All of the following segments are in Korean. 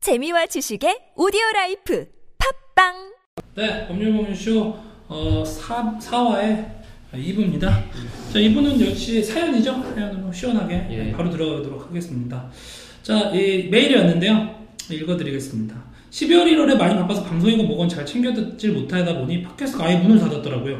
재미와 지식의 오디오 라이프 팝빵 네, 법률법률쇼 어, 4, 4화의 2부입니다. 자, 2부는 역시 사연이죠? 사연으로 시원하게 예. 바로 들어가도록 하겠습니다. 자, 이 메일이었는데요. 읽어드리겠습니다. 12월 1월에 많이 바빠서 방송이고 뭐건 잘 챙겨 듣질 못하다 보니 팟캐스트가 아예 문을 닫았더라고요.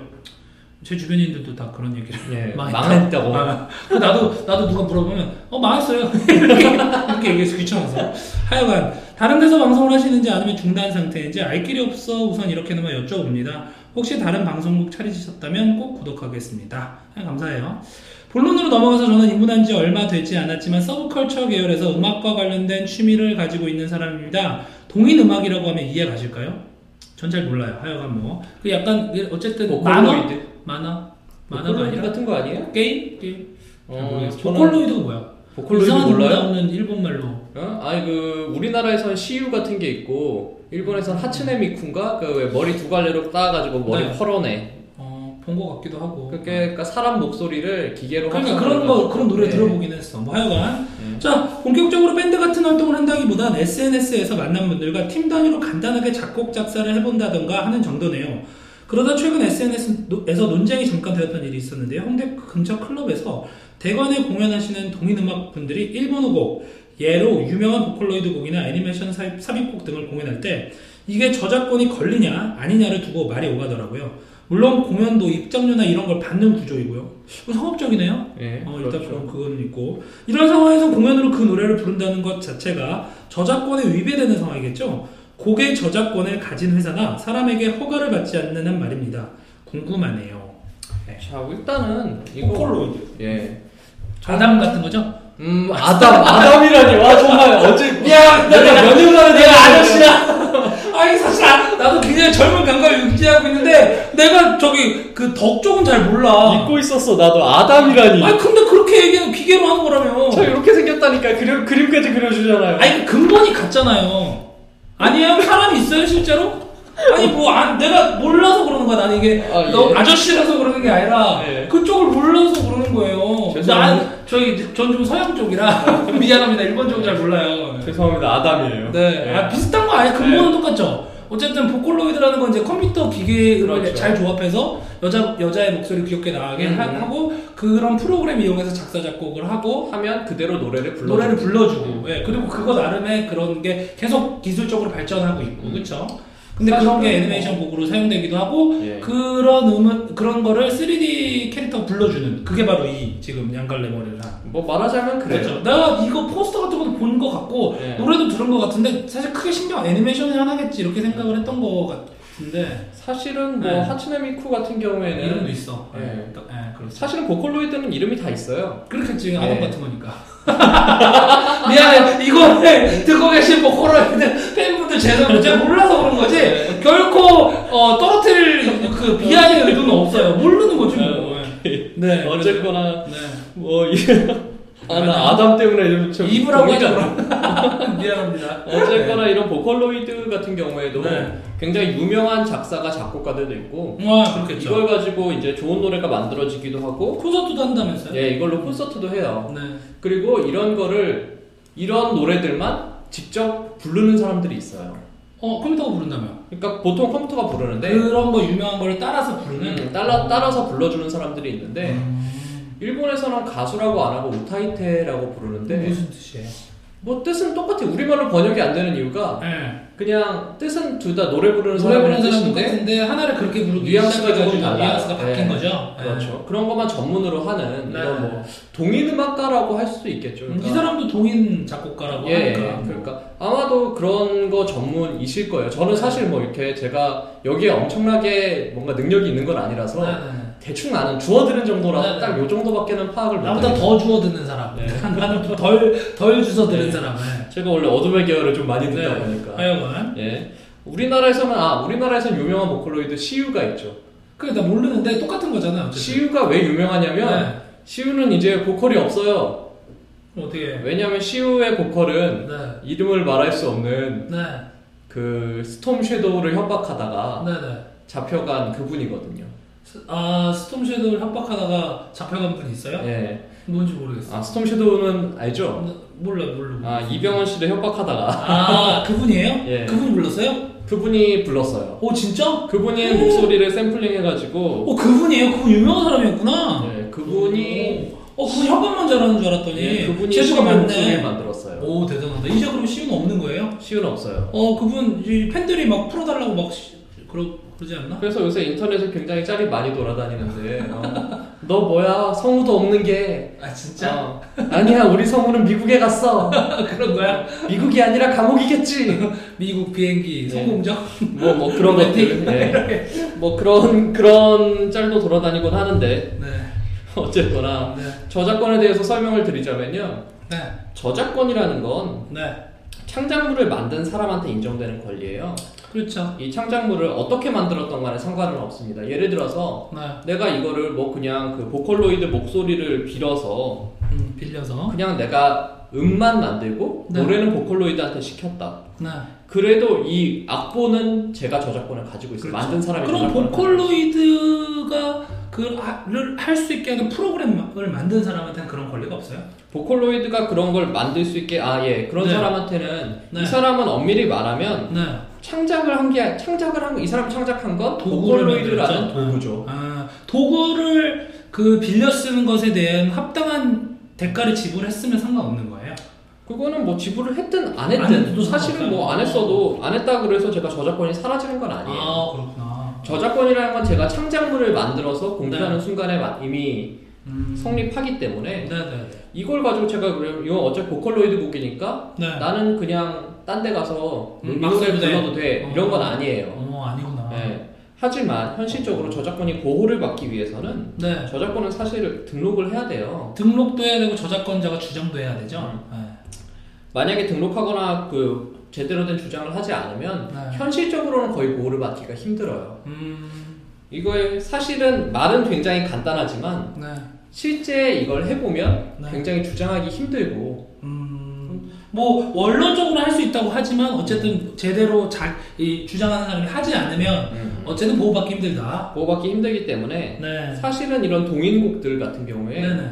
제 주변인들도 다 그런 얘기를 예, 많이 망했다고. 아, 나도 나도 누가 물어보면 어 망했어요 이렇게, 이렇게 얘기해서 귀찮아서 하여간 다른 데서 방송을 하시는지 아니면 중단 상태인지 알 길이 없어 우선 이렇게나마 여쭤봅니다 혹시 다른 방송국 차리셨다면 꼭 구독하겠습니다 아, 감사해요 본론으로 넘어가서 저는 입문한 지 얼마 되지 않았지만 서브컬처 계열에서 음악과 관련된 취미를 가지고 있는 사람입니다 동인 음악이라고 하면 이해 가실까요? 전 잘 몰라요 하여간 뭐그 약간 어쨌든 보컬로이드? 만화 만화 만화가 보컬로이드 아니라 같은 거뭐 아니에요? 게임? 게임. 잘 어, 모르겠어요. 저는 보컬로이드가 뭐야? 보컬로이드 이상한 몰라요? 나오는 일본말로. 어? 아니 그 우리나라에선 시유 같은 게 있고 일본에선 하츠네 미쿠인가 그 왜 머리 두 갈래로 따가지고 머리 네. 펄어내. 어, 본 것 같기도 하고. 그게 그러니까 사람 목소리를 기계로 그러니까 합성하는 그런 거, 그런 노래 네. 들어보긴 했어. 뭐 하여간. 네. 자, 본격적으로 밴드 같은 활동을 한다기보단 SNS에서 만난 분들과 팀 단위로 간단하게 작곡, 작사를 해본다던가 하는 정도네요. 그러다 최근 SNS에서 논쟁이 잠깐 되었던 일이 있었는데요. 홍대 근처 클럽에서 대관에 공연하시는 동인음악 분들이 일본어 곡, 예로 유명한 보컬로이드 곡이나 애니메이션 삽- 삽입곡 등을 공연할 때 이게 저작권이 걸리냐 아니냐를 두고 말이 오가더라고요. 물론 공연도 입장료나 이런 걸 받는 구조이고요. 이거 상업적이네요. 예, 어, 일단 그렇죠. 그럼 그건 있고 이런 상황에서 공연으로 그 노래를 부른다는 것 자체가 저작권에 위배되는 상황이겠죠. 곡의 저작권을 가진 회사나 사람에게 허가를 받지 않는 한 말입니다. 궁금하네요. 자 일단은 이거 보컬로이드. 예. 좌담 같은 거죠? 음 아담 아담이라니 와 정말 어제 야 내가 몇 년 전에 내가 아저씨야. 아니 사실 아- 나도 굉장히 젊은 감각을 유지하고 있는데 내가 저기 그 덕 쪽은 잘 몰라. 잊고 있었어 나도 아담이라니. 아니 근데 그렇게 얘기는 기계로 하는 거라며. 저 이렇게 생겼다니까 그림 그림까지 그려주잖아요. 아니 근본이 같잖아요. 아니에요? 사람이 있어요 실제로? 아니 뭐 안- 내가 몰라서 그러는 거야. 나는 이게 아, 너 예. 아저씨라서 그러는 게 아니라 예. 그쪽을 몰라서 그러는 거예요. 죄송합니다. 난- 저희 전 좀 서양 쪽이라 미안합니다. 일본 쪽은 잘 몰라요. 죄송합니다 아담이에요. 네, 예. 아, 비슷한 거 아니야? 근본은 똑같죠. 어쨌든 보컬로이드라는 건 이제 컴퓨터 기계를 그렇죠. 잘 조합해서 여자 여자의 목소리 귀엽게 나게 음, 하- 음. 하고 그런 프로그램 이용해서 작사 작곡을 하고 하면 그대로 노래를 불러. 노래를 불러주고 예 그리고 그거 나름의 그런 게 계속 기술적으로 발전하고 있고 음. 그렇죠 근데 그런 게 사실은 뭐 애니메이션 곡으로 사용되기도 하고 예. 그런 음원 그런 거를 3D 캐릭터 불러주는 그게 바로 이 지금 양갈래 머리를 한 뭐 말하자면 그래요. 그렇죠 나 이거 포스터 같은 것도 본 것 같고 예. 노래도 들은 것 같은데 사실 크게 신경 애니메이션이 하나겠지 이렇게 생각을 했던 것 같은데 사실은 뭐 네. 하츠네 미쿠 같은 이름도 경우에는 있어 예. 예, 또- 예, 그렇죠 사실은 보컬로이드는 이름이 다 있어요. 그렇겠지 예. 아동 같은 거니까 미안해 이거를 듣고 계신 뭐 코로나19 팬분들 죄송해요 제가 몰라서 그런 거지 네. 결코 어, 떨어뜨릴 그 비하의 의도는 없어요 모르는 거지 뭐. 네 어쨌거나 그래서, 네. 뭐 아나 아담 때문에 좀, 좀 이브라고 고민이- 하죠 그럼. 미안합니다 어쨌거나 이런 보컬로이드 같은 경우에도 네. 굉장히 유명한 작사가 작곡가들도 있고 와 아, 그렇겠죠 네. 아, 이걸 가지고 이제 좋은 노래가 만들어지기도 하고 콘서트도 한다면서요 예 이걸로 콘서트도 해요. 네. 그리고 이런 거를 이런 노래들만 직접 부르는 사람들이 있어요. 어 컴퓨터가 부른다며 그러니까 보통 컴퓨터가 부르는데 네. 그런 거 유명한 거를 따라서 부르는 음, 따라, 따라서 불러주는 사람들이 있는데 음. 네. 일본에서는 가수라고 안 하고 우타이테라고 부르는데 무슨 뜻이에요 뭐 뜻은 똑같아 우리말로 번역이 안 되는 이유가 네. 그냥 뜻은 둘 다 노래 부르는 노래 사람의 부르는 사람 뜻인데 똑같은데 하나를 그렇게 부르기 뉘앙스가 시작해가지고 조금 달라요. 뉘앙스가 바뀐 네. 거죠 네. 그렇죠 그런 것만 전문으로 하는 네. 이런 뭐 동인음악가라고 할 수도 있겠죠 그러니까. 이 사람도 동인 작곡가라고 예, 하니까 그러니까 아마도 그런 거 전문이실 거예요 저는 사실 뭐 이렇게 제가 여기에 엄청나게 뭔가 능력이 있는 건 아니라서 대충 아는 주어드는 네, 정도라 네. 딱 요 정도밖에는 파악을 나보다 못해요. 더 주워 듣는 사람 나는 덜, 덜 주워 듣는 네. 사람 네. 제가 원래 어둠의 계열을 좀 많이 듣다 네. 보니까 하여간 예 우리나라에서는 아 우리나라에서는 유명한 보컬로이드 시유가 있죠. 그래 나 모르는데 똑같은 거잖아 어쨌든. 시유가 왜 유명하냐면 네. 시유는 이제 보컬이 없어요. 어떻게 해? 왜냐하면 시유의 보컬은 네. 이름을 말할 수 없는 네. 그 스톰 섀도우를 협박하다가 네. 네. 잡혀간 그분이거든요. 스- 아 스톰 섀도우를 협박하다가 잡혀간 분이 있어요? 예. 뭔지 모르겠어. 네, 아 스톰 섀도우는 알죠? 몰라 몰라. 몰라. 아 이병헌 씨를 협박하다가 아 그분이에요? 예. 그분 불렀어요? 그분이 불렀어요. 오 진짜? 그분의 목소리를 샘플링 해가지고 오 그분이에요? 그분 유명한 사람이었구나. 네, 그분이 어 그분 협업만 잘하는 줄 알았더니 예, 그분이 재주가 시원 목소리를 많네. 만들었어요. 오 대단하다. 이제 그럼 시는 없는 거예요? 시은 없어요. 어 그분 이제 팬들이 막 풀어달라고 막 시- 그러 그러지 않나? 그래서 요새 인터넷에 굉장히 짤이 많이 돌아다니는데 어, 너 뭐야 성우도 없는 게 아 어, 아니야 우리 성우는 미국에 갔어. 그런 거야? 미국이 아니라 감옥이겠지. 미국 비행기 예. 성공적? 뭐 뭐 그런 것들. 예. 뭐 그런 그런 짤도 돌아다니곤 하는데 네. 어쨌거나 네. 저작권에 대해서 설명을 드리자면요. 네. 저작권이라는 건 네. 창작물을 만든 사람한테 인정되는 권리예요. 그렇죠. 이 창작물을 어떻게 만들었던 간에 상관은 없습니다. 예를 들어서 네. 내가 이거를 뭐 그냥 그 보컬로이드 목소리를 빌어서 음, 빌려서. 그냥 내가 음만 만들고 네. 노래는 보컬로이드한테 시켰다. 네. 그래도 이 악보는 제가 저작권을 가지고 있어요. 만든 사람이 그렇죠. 그럼 저작권을 보컬로이드가 그를 할 수 있게 하는 프로그램을 만든 사람한테는 그런 권리가 없어요? 보컬로이드가 그런 걸 만들 수 있게 아 예 그런 네. 사람한테는 네. 이 사람은 엄밀히 말하면 네. 창작을 한 게 창작을 한 거 이 사람 창작한 건 도구를 보컬로이드라는 만들었죠. 도구죠. 아, 도구를 그 빌려 쓰는 것에 대한 합당한 대가를 지불했으면 상관없는 거예요? 그거는 뭐 지불을 했든 안 안 했든 해도 사실은 뭐 안 했어도 안 했다 그래서 제가 저작권이 사라지는 건 아니에요. 아, 그렇구나. 저작권이라는 건 제가 창작물을 만들어서 네. 공개하는 순간에 마- 이미 음. 성립하기 때문에 네, 네, 네. 이걸 가지고 제가 그럼 이건 어차피 보컬로이드 곡이니까 네. 나는 그냥 딴 데 가서 뭐 음, 이 노래 막대도 돼. 불러도 돼 어. 이런 건 아니에요. 어, 아니구나. 네. 하지만 현실적으로 저작권이 보호를 받기 위해서는 네. 저작권은 사실 등록을 해야 돼요. 등록도 해야 되고 저작권자가 주장도 해야 되죠. 만약에 등록하거나 그 제대로 된 주장을 하지 않으면 네. 현실적으로는 거의 보호를 받기가 힘들어요. 네. 음, 이거의 사실은 말은 굉장히 간단하지만 네. 실제 이걸 해보면 네. 굉장히 주장하기 힘들고 음, 뭐 원론적으로 할 수 있다고 하지만 음. 어쨌든 제대로 자, 이 주장하는 사람이 하지 않으면 음. 어쨌든 보호받기 힘들다. 보호받기 힘들기 때문에 네. 사실은 이런 동인곡들 같은 경우에 네네.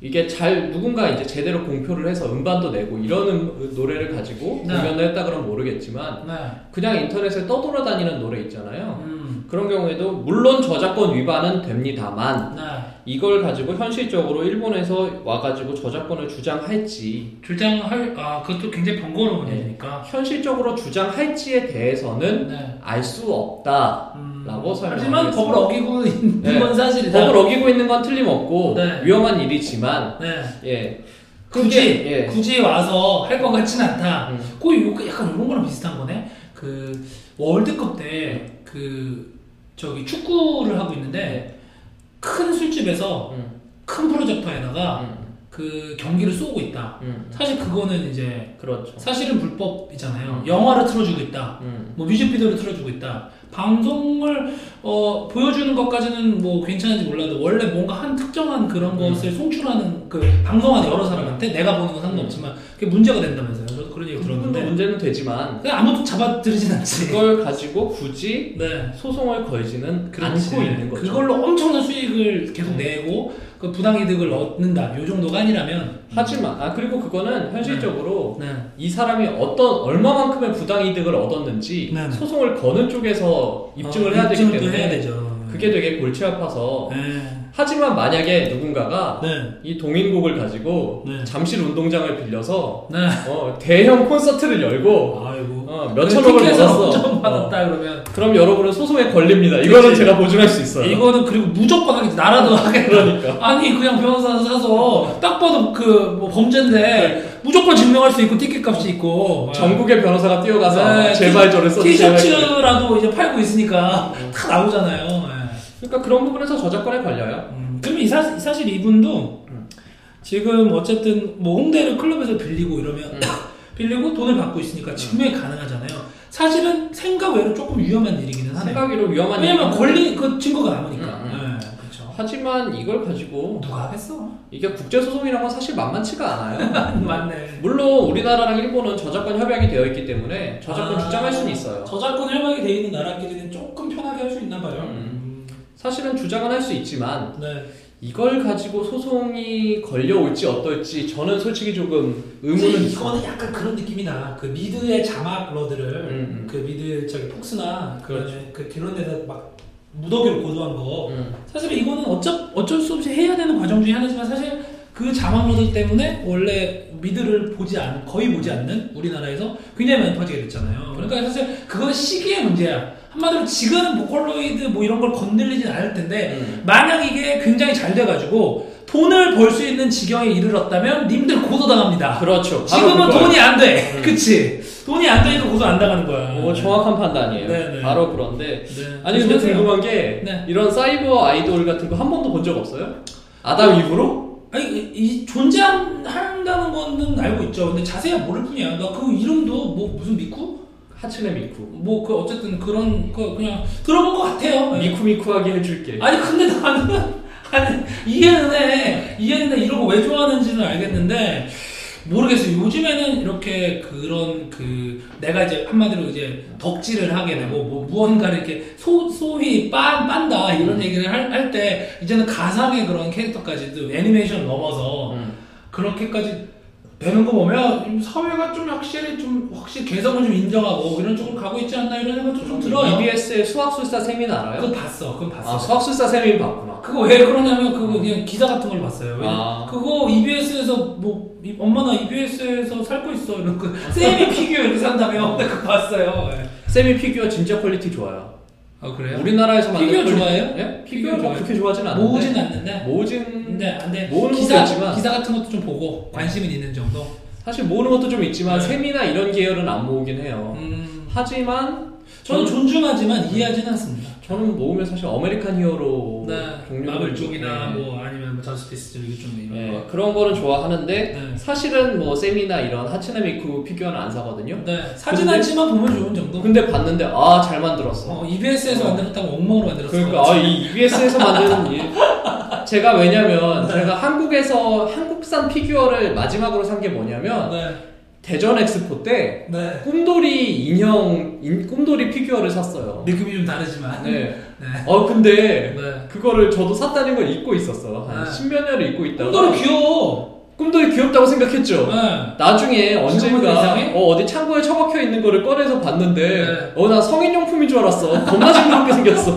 이게 잘 누군가 이제 제대로 공표를 해서 음반도 내고 이런 음- 노래를 가지고 네. 공연을 했다 그러면 모르겠지만 네. 그냥 인터넷에 떠돌아다니는 노래 있잖아요. 음, 그런 경우에도 물론 저작권 위반은 됩니다만 네. 이걸 가지고 현실적으로 일본에서 와가지고 저작권을 주장할지 주장할 아 그것도 굉장히 네. 번거로운 일이니까. 현실적으로 주장할지에 대해서는 네. 알 수 없다. 음, 라고 설명하겠습니다. 하지만 법을 어기고 있는 네. 건 사실이다. 법을 어기고 있는 건 틀림없고 네. 위험한 일이지만 네. 예 굳이 그게, 예. 굳이 와서 할 것 같진 않다. 음, 그 요- 약간 이런 거랑 비슷한 거네. 그 월드컵 음. 때 그 저기 축구를 하고 있는데 큰 술집에서 음, 큰 프로젝터에다가 음, 그 경기를 쏘고 있다. 음, 사실 그거는 이제 그렇죠. 사실은 불법이잖아요. 영화를 틀어주고 있다. 음, 뭐 뮤직비디오를 틀어주고 있다. 방송을 어, 보여주는 것까지는 뭐 괜찮은지 몰라도 원래 뭔가 한 특정한 그런 음. 것을 송출하는 그 방송하는 여러 사람한테 내가 보는 건 상관없지만 그게 문제가 된다면서요. 저도 그런 얘기 그분도 들었는데 문제는 되지만 그냥 아무도 잡아들이진 않지. 그걸 가지고 굳이 네. 소송을 걸지는 그렇지. 않고 있는 거죠. 그걸로 엄청난 수익을 계속 네. 내고 그 부당이득을 얻는다. 요 정도가 아니라면 하지만 아 그리고 그거는 현실적으로 네. 이 사람이 어떤 얼마만큼의 부당 이득을 얻었는지 네네. 소송을 거는 쪽에서 입증을 어, 해야 되기 입증을 또 때문에 해야 되죠. 그게 되게 골치 아파서 네. 하지만 만약에 누군가가 네. 이 동인곡을 가지고 네. 잠실 운동장을 빌려서 네. 어, 대형 콘서트를 열고 아이고. 어, 몇천억을 받았어 좀 어, 받았다 그러면 그럼 여러분은 소송에 걸립니다 이거는 제가 보증할 수 있어요 이거는 그리고 무조건 하겠지. 나라도 하겠다. 네. 그러니까 아니 그냥 변호사 사서 딱 봐도 그 뭐 네. 범죄인데 무조건 증명할 수 있고 티켓 값이 있고 어, 전국의 변호사가 뛰어가서 아, 네, 제발 저를 네. 써주세요 티셔츠라도 이제 팔고 있으니까 네. 다 나오잖아요. 예. 그러니까 그런 부분에서 저작권에 걸려요 음, 그럼 이 사, 사실 이분도 음. 지금 어쨌든 뭐 홍대를 클럽에서 빌리고 이러면 음. 빌리고 돈을 받고 있으니까 증명이 가능하잖아요. 사실은 생각 외로 조금 위험한 일이기는 하네요. 생각으로 위험한 왜냐면 일이고 권리 그 증거가 남으니까. 음, 예, 그렇죠. 하지만 이걸 가지고 누가 하겠어? 이게 국제소송이란 건 사실 만만치가 않아요. 맞네. 물론 우리나라랑 일본은 저작권 협약이 되어 있기 때문에 저작권 아. 주장할 수는 있어요. 저작권 협약이 돼 음. 있는 나라끼리는 조금 편하게 할 수 있나 봐요. 사실은 주장은 할 수 있지만 네. 이걸 가지고 소송이 걸려올지 어떨지 저는 솔직히 조금 의문은 근데 이거는 약간 그런 느낌이 나. 그 미드의 자막 러드를 음, 음. 그 미드 저기 폭스나 그렇죠. 그런 그 그런 데서 막 무더기로 고도한 거. 음. 사실 이거는 어쩔 어쩔 수 없이 해야 되는 과정 중에 하나지만 사실 그 자막 러드 때문에 원래 미드를 보지 않 거의 보지 않는 우리나라에서 굉장히 많이 퍼지게 됐잖아요. 그러니까 사실 그건 시기의 문제야. 한마디로 지금은 보컬로이드 뭐 이런 걸 건들리진 않을 텐데 음. 만약 이게 굉장히 잘 돼가지고 돈을 벌 수 있는 지경에 이르렀다면 님들 고소당합니다. 그렇죠. 바로 지금은 그거예요. 돈이 안 돼. 음. 그치? 돈이 안 되니까 고소 안 당하는 거야. 뭐 정확한 판단이에요. 네네. 바로 그런데 네. 아니 근데 죄송해요. 궁금한 게 네. 이런 사이버 아이돌 같은 거 한 번도 본 적 없어요? 네. 아담 이브로? 아니, 이, 이 존재한다는 거는 알고 있죠. 근데 자세히 모를 뿐이야. 나 그 이름도 뭐 무슨 미쿠? 하츠네 미쿠. 뭐 그 어쨌든 그런 거 그냥 들어본 것 같아요. 미쿠미쿠하게 해줄게. 네. 아니 근데 나는 아니 이해는 해 이해는 해 이런 거 왜 좋아하는지는 알겠는데 모르겠어요 요즘에는 이렇게 그런 그 내가 이제 한마디로 이제 덕질을 하게 되고 뭐 무언가를 이렇게 소, 소위 빤, 빤다 이런 얘기를 할 때 이제는 가상의 그런 캐릭터까지도 애니메이션 넘어서 음. 그렇게까지 되는 거 보면 사회가 좀 확실히 좀 확실히 개성을 좀 인정하고 이런 쪽으로 가고 있지 않나 이런 생각도 좀 들어요 EBS의 수학술사 세미는 알아요? 그건 봤어 그건 봤어 음, 아 수학술사 세미는 봤구나. 그거 왜 그러냐면 그거 그냥 기사 같은 걸 봤어요. 왜냐- 아. 그거 EBS에서 뭐 이- 엄마 나 EBS에서 살고 있어 이런 그 쌤이 피규어 이렇게 산다며 근데 그거 봤어요. 예. 세미 피규어 진짜 퀄리티 좋아요. 아 그래요? 우리나라에서 만든 피규어 퀄리티- 좋아해요? 피규어 예? 피규어 뭐 좋아해요? 그렇게 좋아하진 않는데 모으진 네. 않는데 모으진 근데 안돼 모으는 기사 것도 있지만. 기사 같은 것도 좀 보고 관심은 있는 정도. 사실 모으는 것도 좀 있지만 네. 세미나 이런 계열은 안 모으긴 해요. 음, 하지만 저는 저는 음. 존중하지만 이해하지는 않습니다. 저는 모으면 사실 아메리칸 히어로 네, 뭐, 종류도 마블 있고, 쪽이나 네. 뭐 아니면 뭐 저스티스 쪽 이쪽 이런 네, 거. 그런 거는 좋아하는데 네. 사실은 뭐 세미나 이런 하치나미쿠 피규어는 안 사거든요. 네, 사진 근데- 한지만 보면 좋은 정도. 근데 봤는데 아 잘 만들었어. 음. 어, EBS에서 어. 만들었다고 엉망으로 만들었어. 그러니까 아, 이 EBS에서 만든 이 제가 왜냐면 제가 한국에서 한국산 피규어를 마지막으로 산 게 뭐냐면 네, 대전 엑스포 때 네. 꿈돌이 인형 인- 꿈돌이 피규어를 샀어요. 느낌이 좀 다르지만. 네. 네. 어 근데 네. 그거를 저도 샀다는 걸 잊고 있었어. 한 네. 십몇 년을 잊고 있다가 꿈돌이 귀여워. 꿈돌이 귀엽다고 생각했죠. 네. 나중에 지금은 언젠가 이상해? 어, 어디 창고에 처박혀 있는 거를 꺼내서 봤는데 네. 어 나 성인용품인 줄 알았어 겁나 징그럽게 생겼어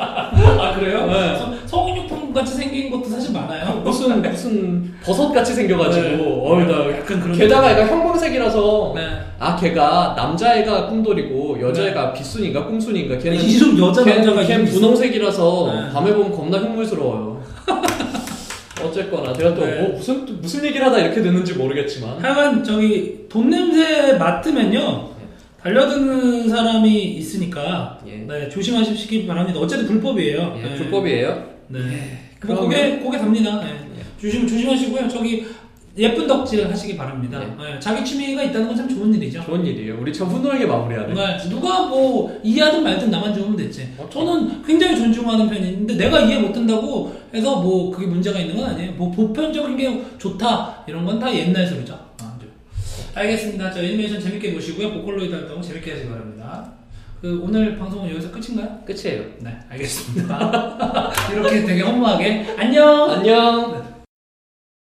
아 그래요? 네. 성- 성인용품 같이 생긴 것도 사실 많아요. 무슨 무슨 버섯 같이 생겨가지고 네. 어나 약간 그런. 게다가 얘가 형광색이라서 네. 아 걔가 남자애가 꿈돌이고 여자애가 빗순인가 꿈순인가 걔는 이름 여자 남자가 걔는, 걔는 이름 있어. 네. 분홍색이라서 네. 밤에 보면 겁나 흉물스러워요 어쨌거나 제가 또 네. 뭐 무슨 또 무슨 얘기를 하다 이렇게 됐는지 모르겠지만 하여간 저기 돈 냄새 맡으면요 달려드는 사람이 있으니까 예. 네, 조심하시기 바랍니다. 어쨌든 불법이에요. 예, 네. 불법이에요 예. 네. 그러면- 뭐 고개 고개 답니다. 네. 예. 조심 조심하시고요. 저기 예쁜 덕질 하시기 바랍니다. 예. 네, 자기 취미가 있다는 건 참 좋은 일이죠. 좋은 일이에요 우리 참 훈훈하게 마무리하네 네, 누가 뭐 이해하든 말든 나만 좋으면 됐지. 저는 굉장히 존중하는 편인데 내가 이해 못한다고 해서 뭐 그게 문제가 있는 건 아니에요. 뭐 보편적인 게 좋다 이런 건 다 옛날 소리죠. 아, 네. 알겠습니다. 저 애니메이션 재밌게 보시고요. 보컬로이드 활동 재밌게 하시기 바랍니다. 그 오늘 방송은 여기서 끝인가요? 끝이에요 네, 알겠습니다. 이렇게 되게 허무하게 안녕. 안녕.